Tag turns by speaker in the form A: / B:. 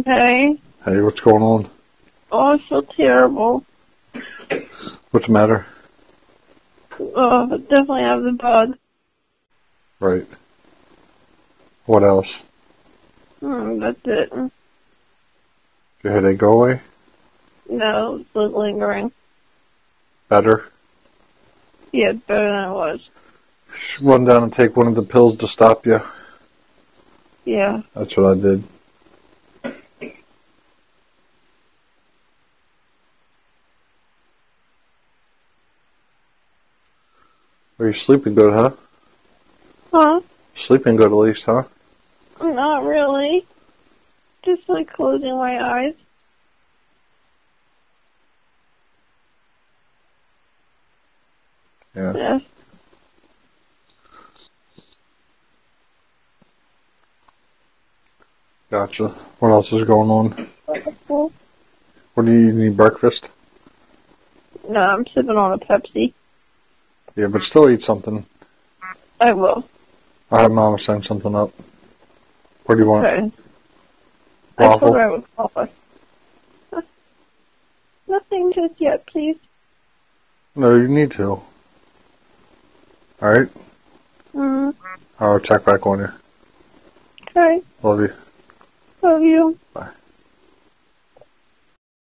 A: Okay.
B: Hey, what's going on?
A: Oh, it's so terrible.
B: What's the matter?
A: Uh, definitely have the bug.
B: Right. What else?
A: Hmm, that's it.
B: Your headache go away?
A: No, it's lingering.
B: Better?
A: Yeah, it's better than it was.
B: Just Run down and take one of the pills to stop you.
A: Yeah.
B: That's what I did. Are you sleeping good, huh?
A: Huh?
B: Sleeping good at least, huh?
A: Not really. Just like closing my eyes.
B: Yeah.
A: Yes.
B: Gotcha. What else is going on?
A: Well,
B: What do you, you need breakfast?
A: no, I'm sipping on a Pepsi.
B: Yeah, but still eat something.
A: I will.
B: I have mama send something up. What do you want?
A: Okay. I told
B: Waffle?
A: her I would call her. Nothing just yet, please.
B: No, you need to. Alright?
A: Mm,
B: I'll check back on you.
A: okay.
B: Love you.
A: Love you.
B: Bye.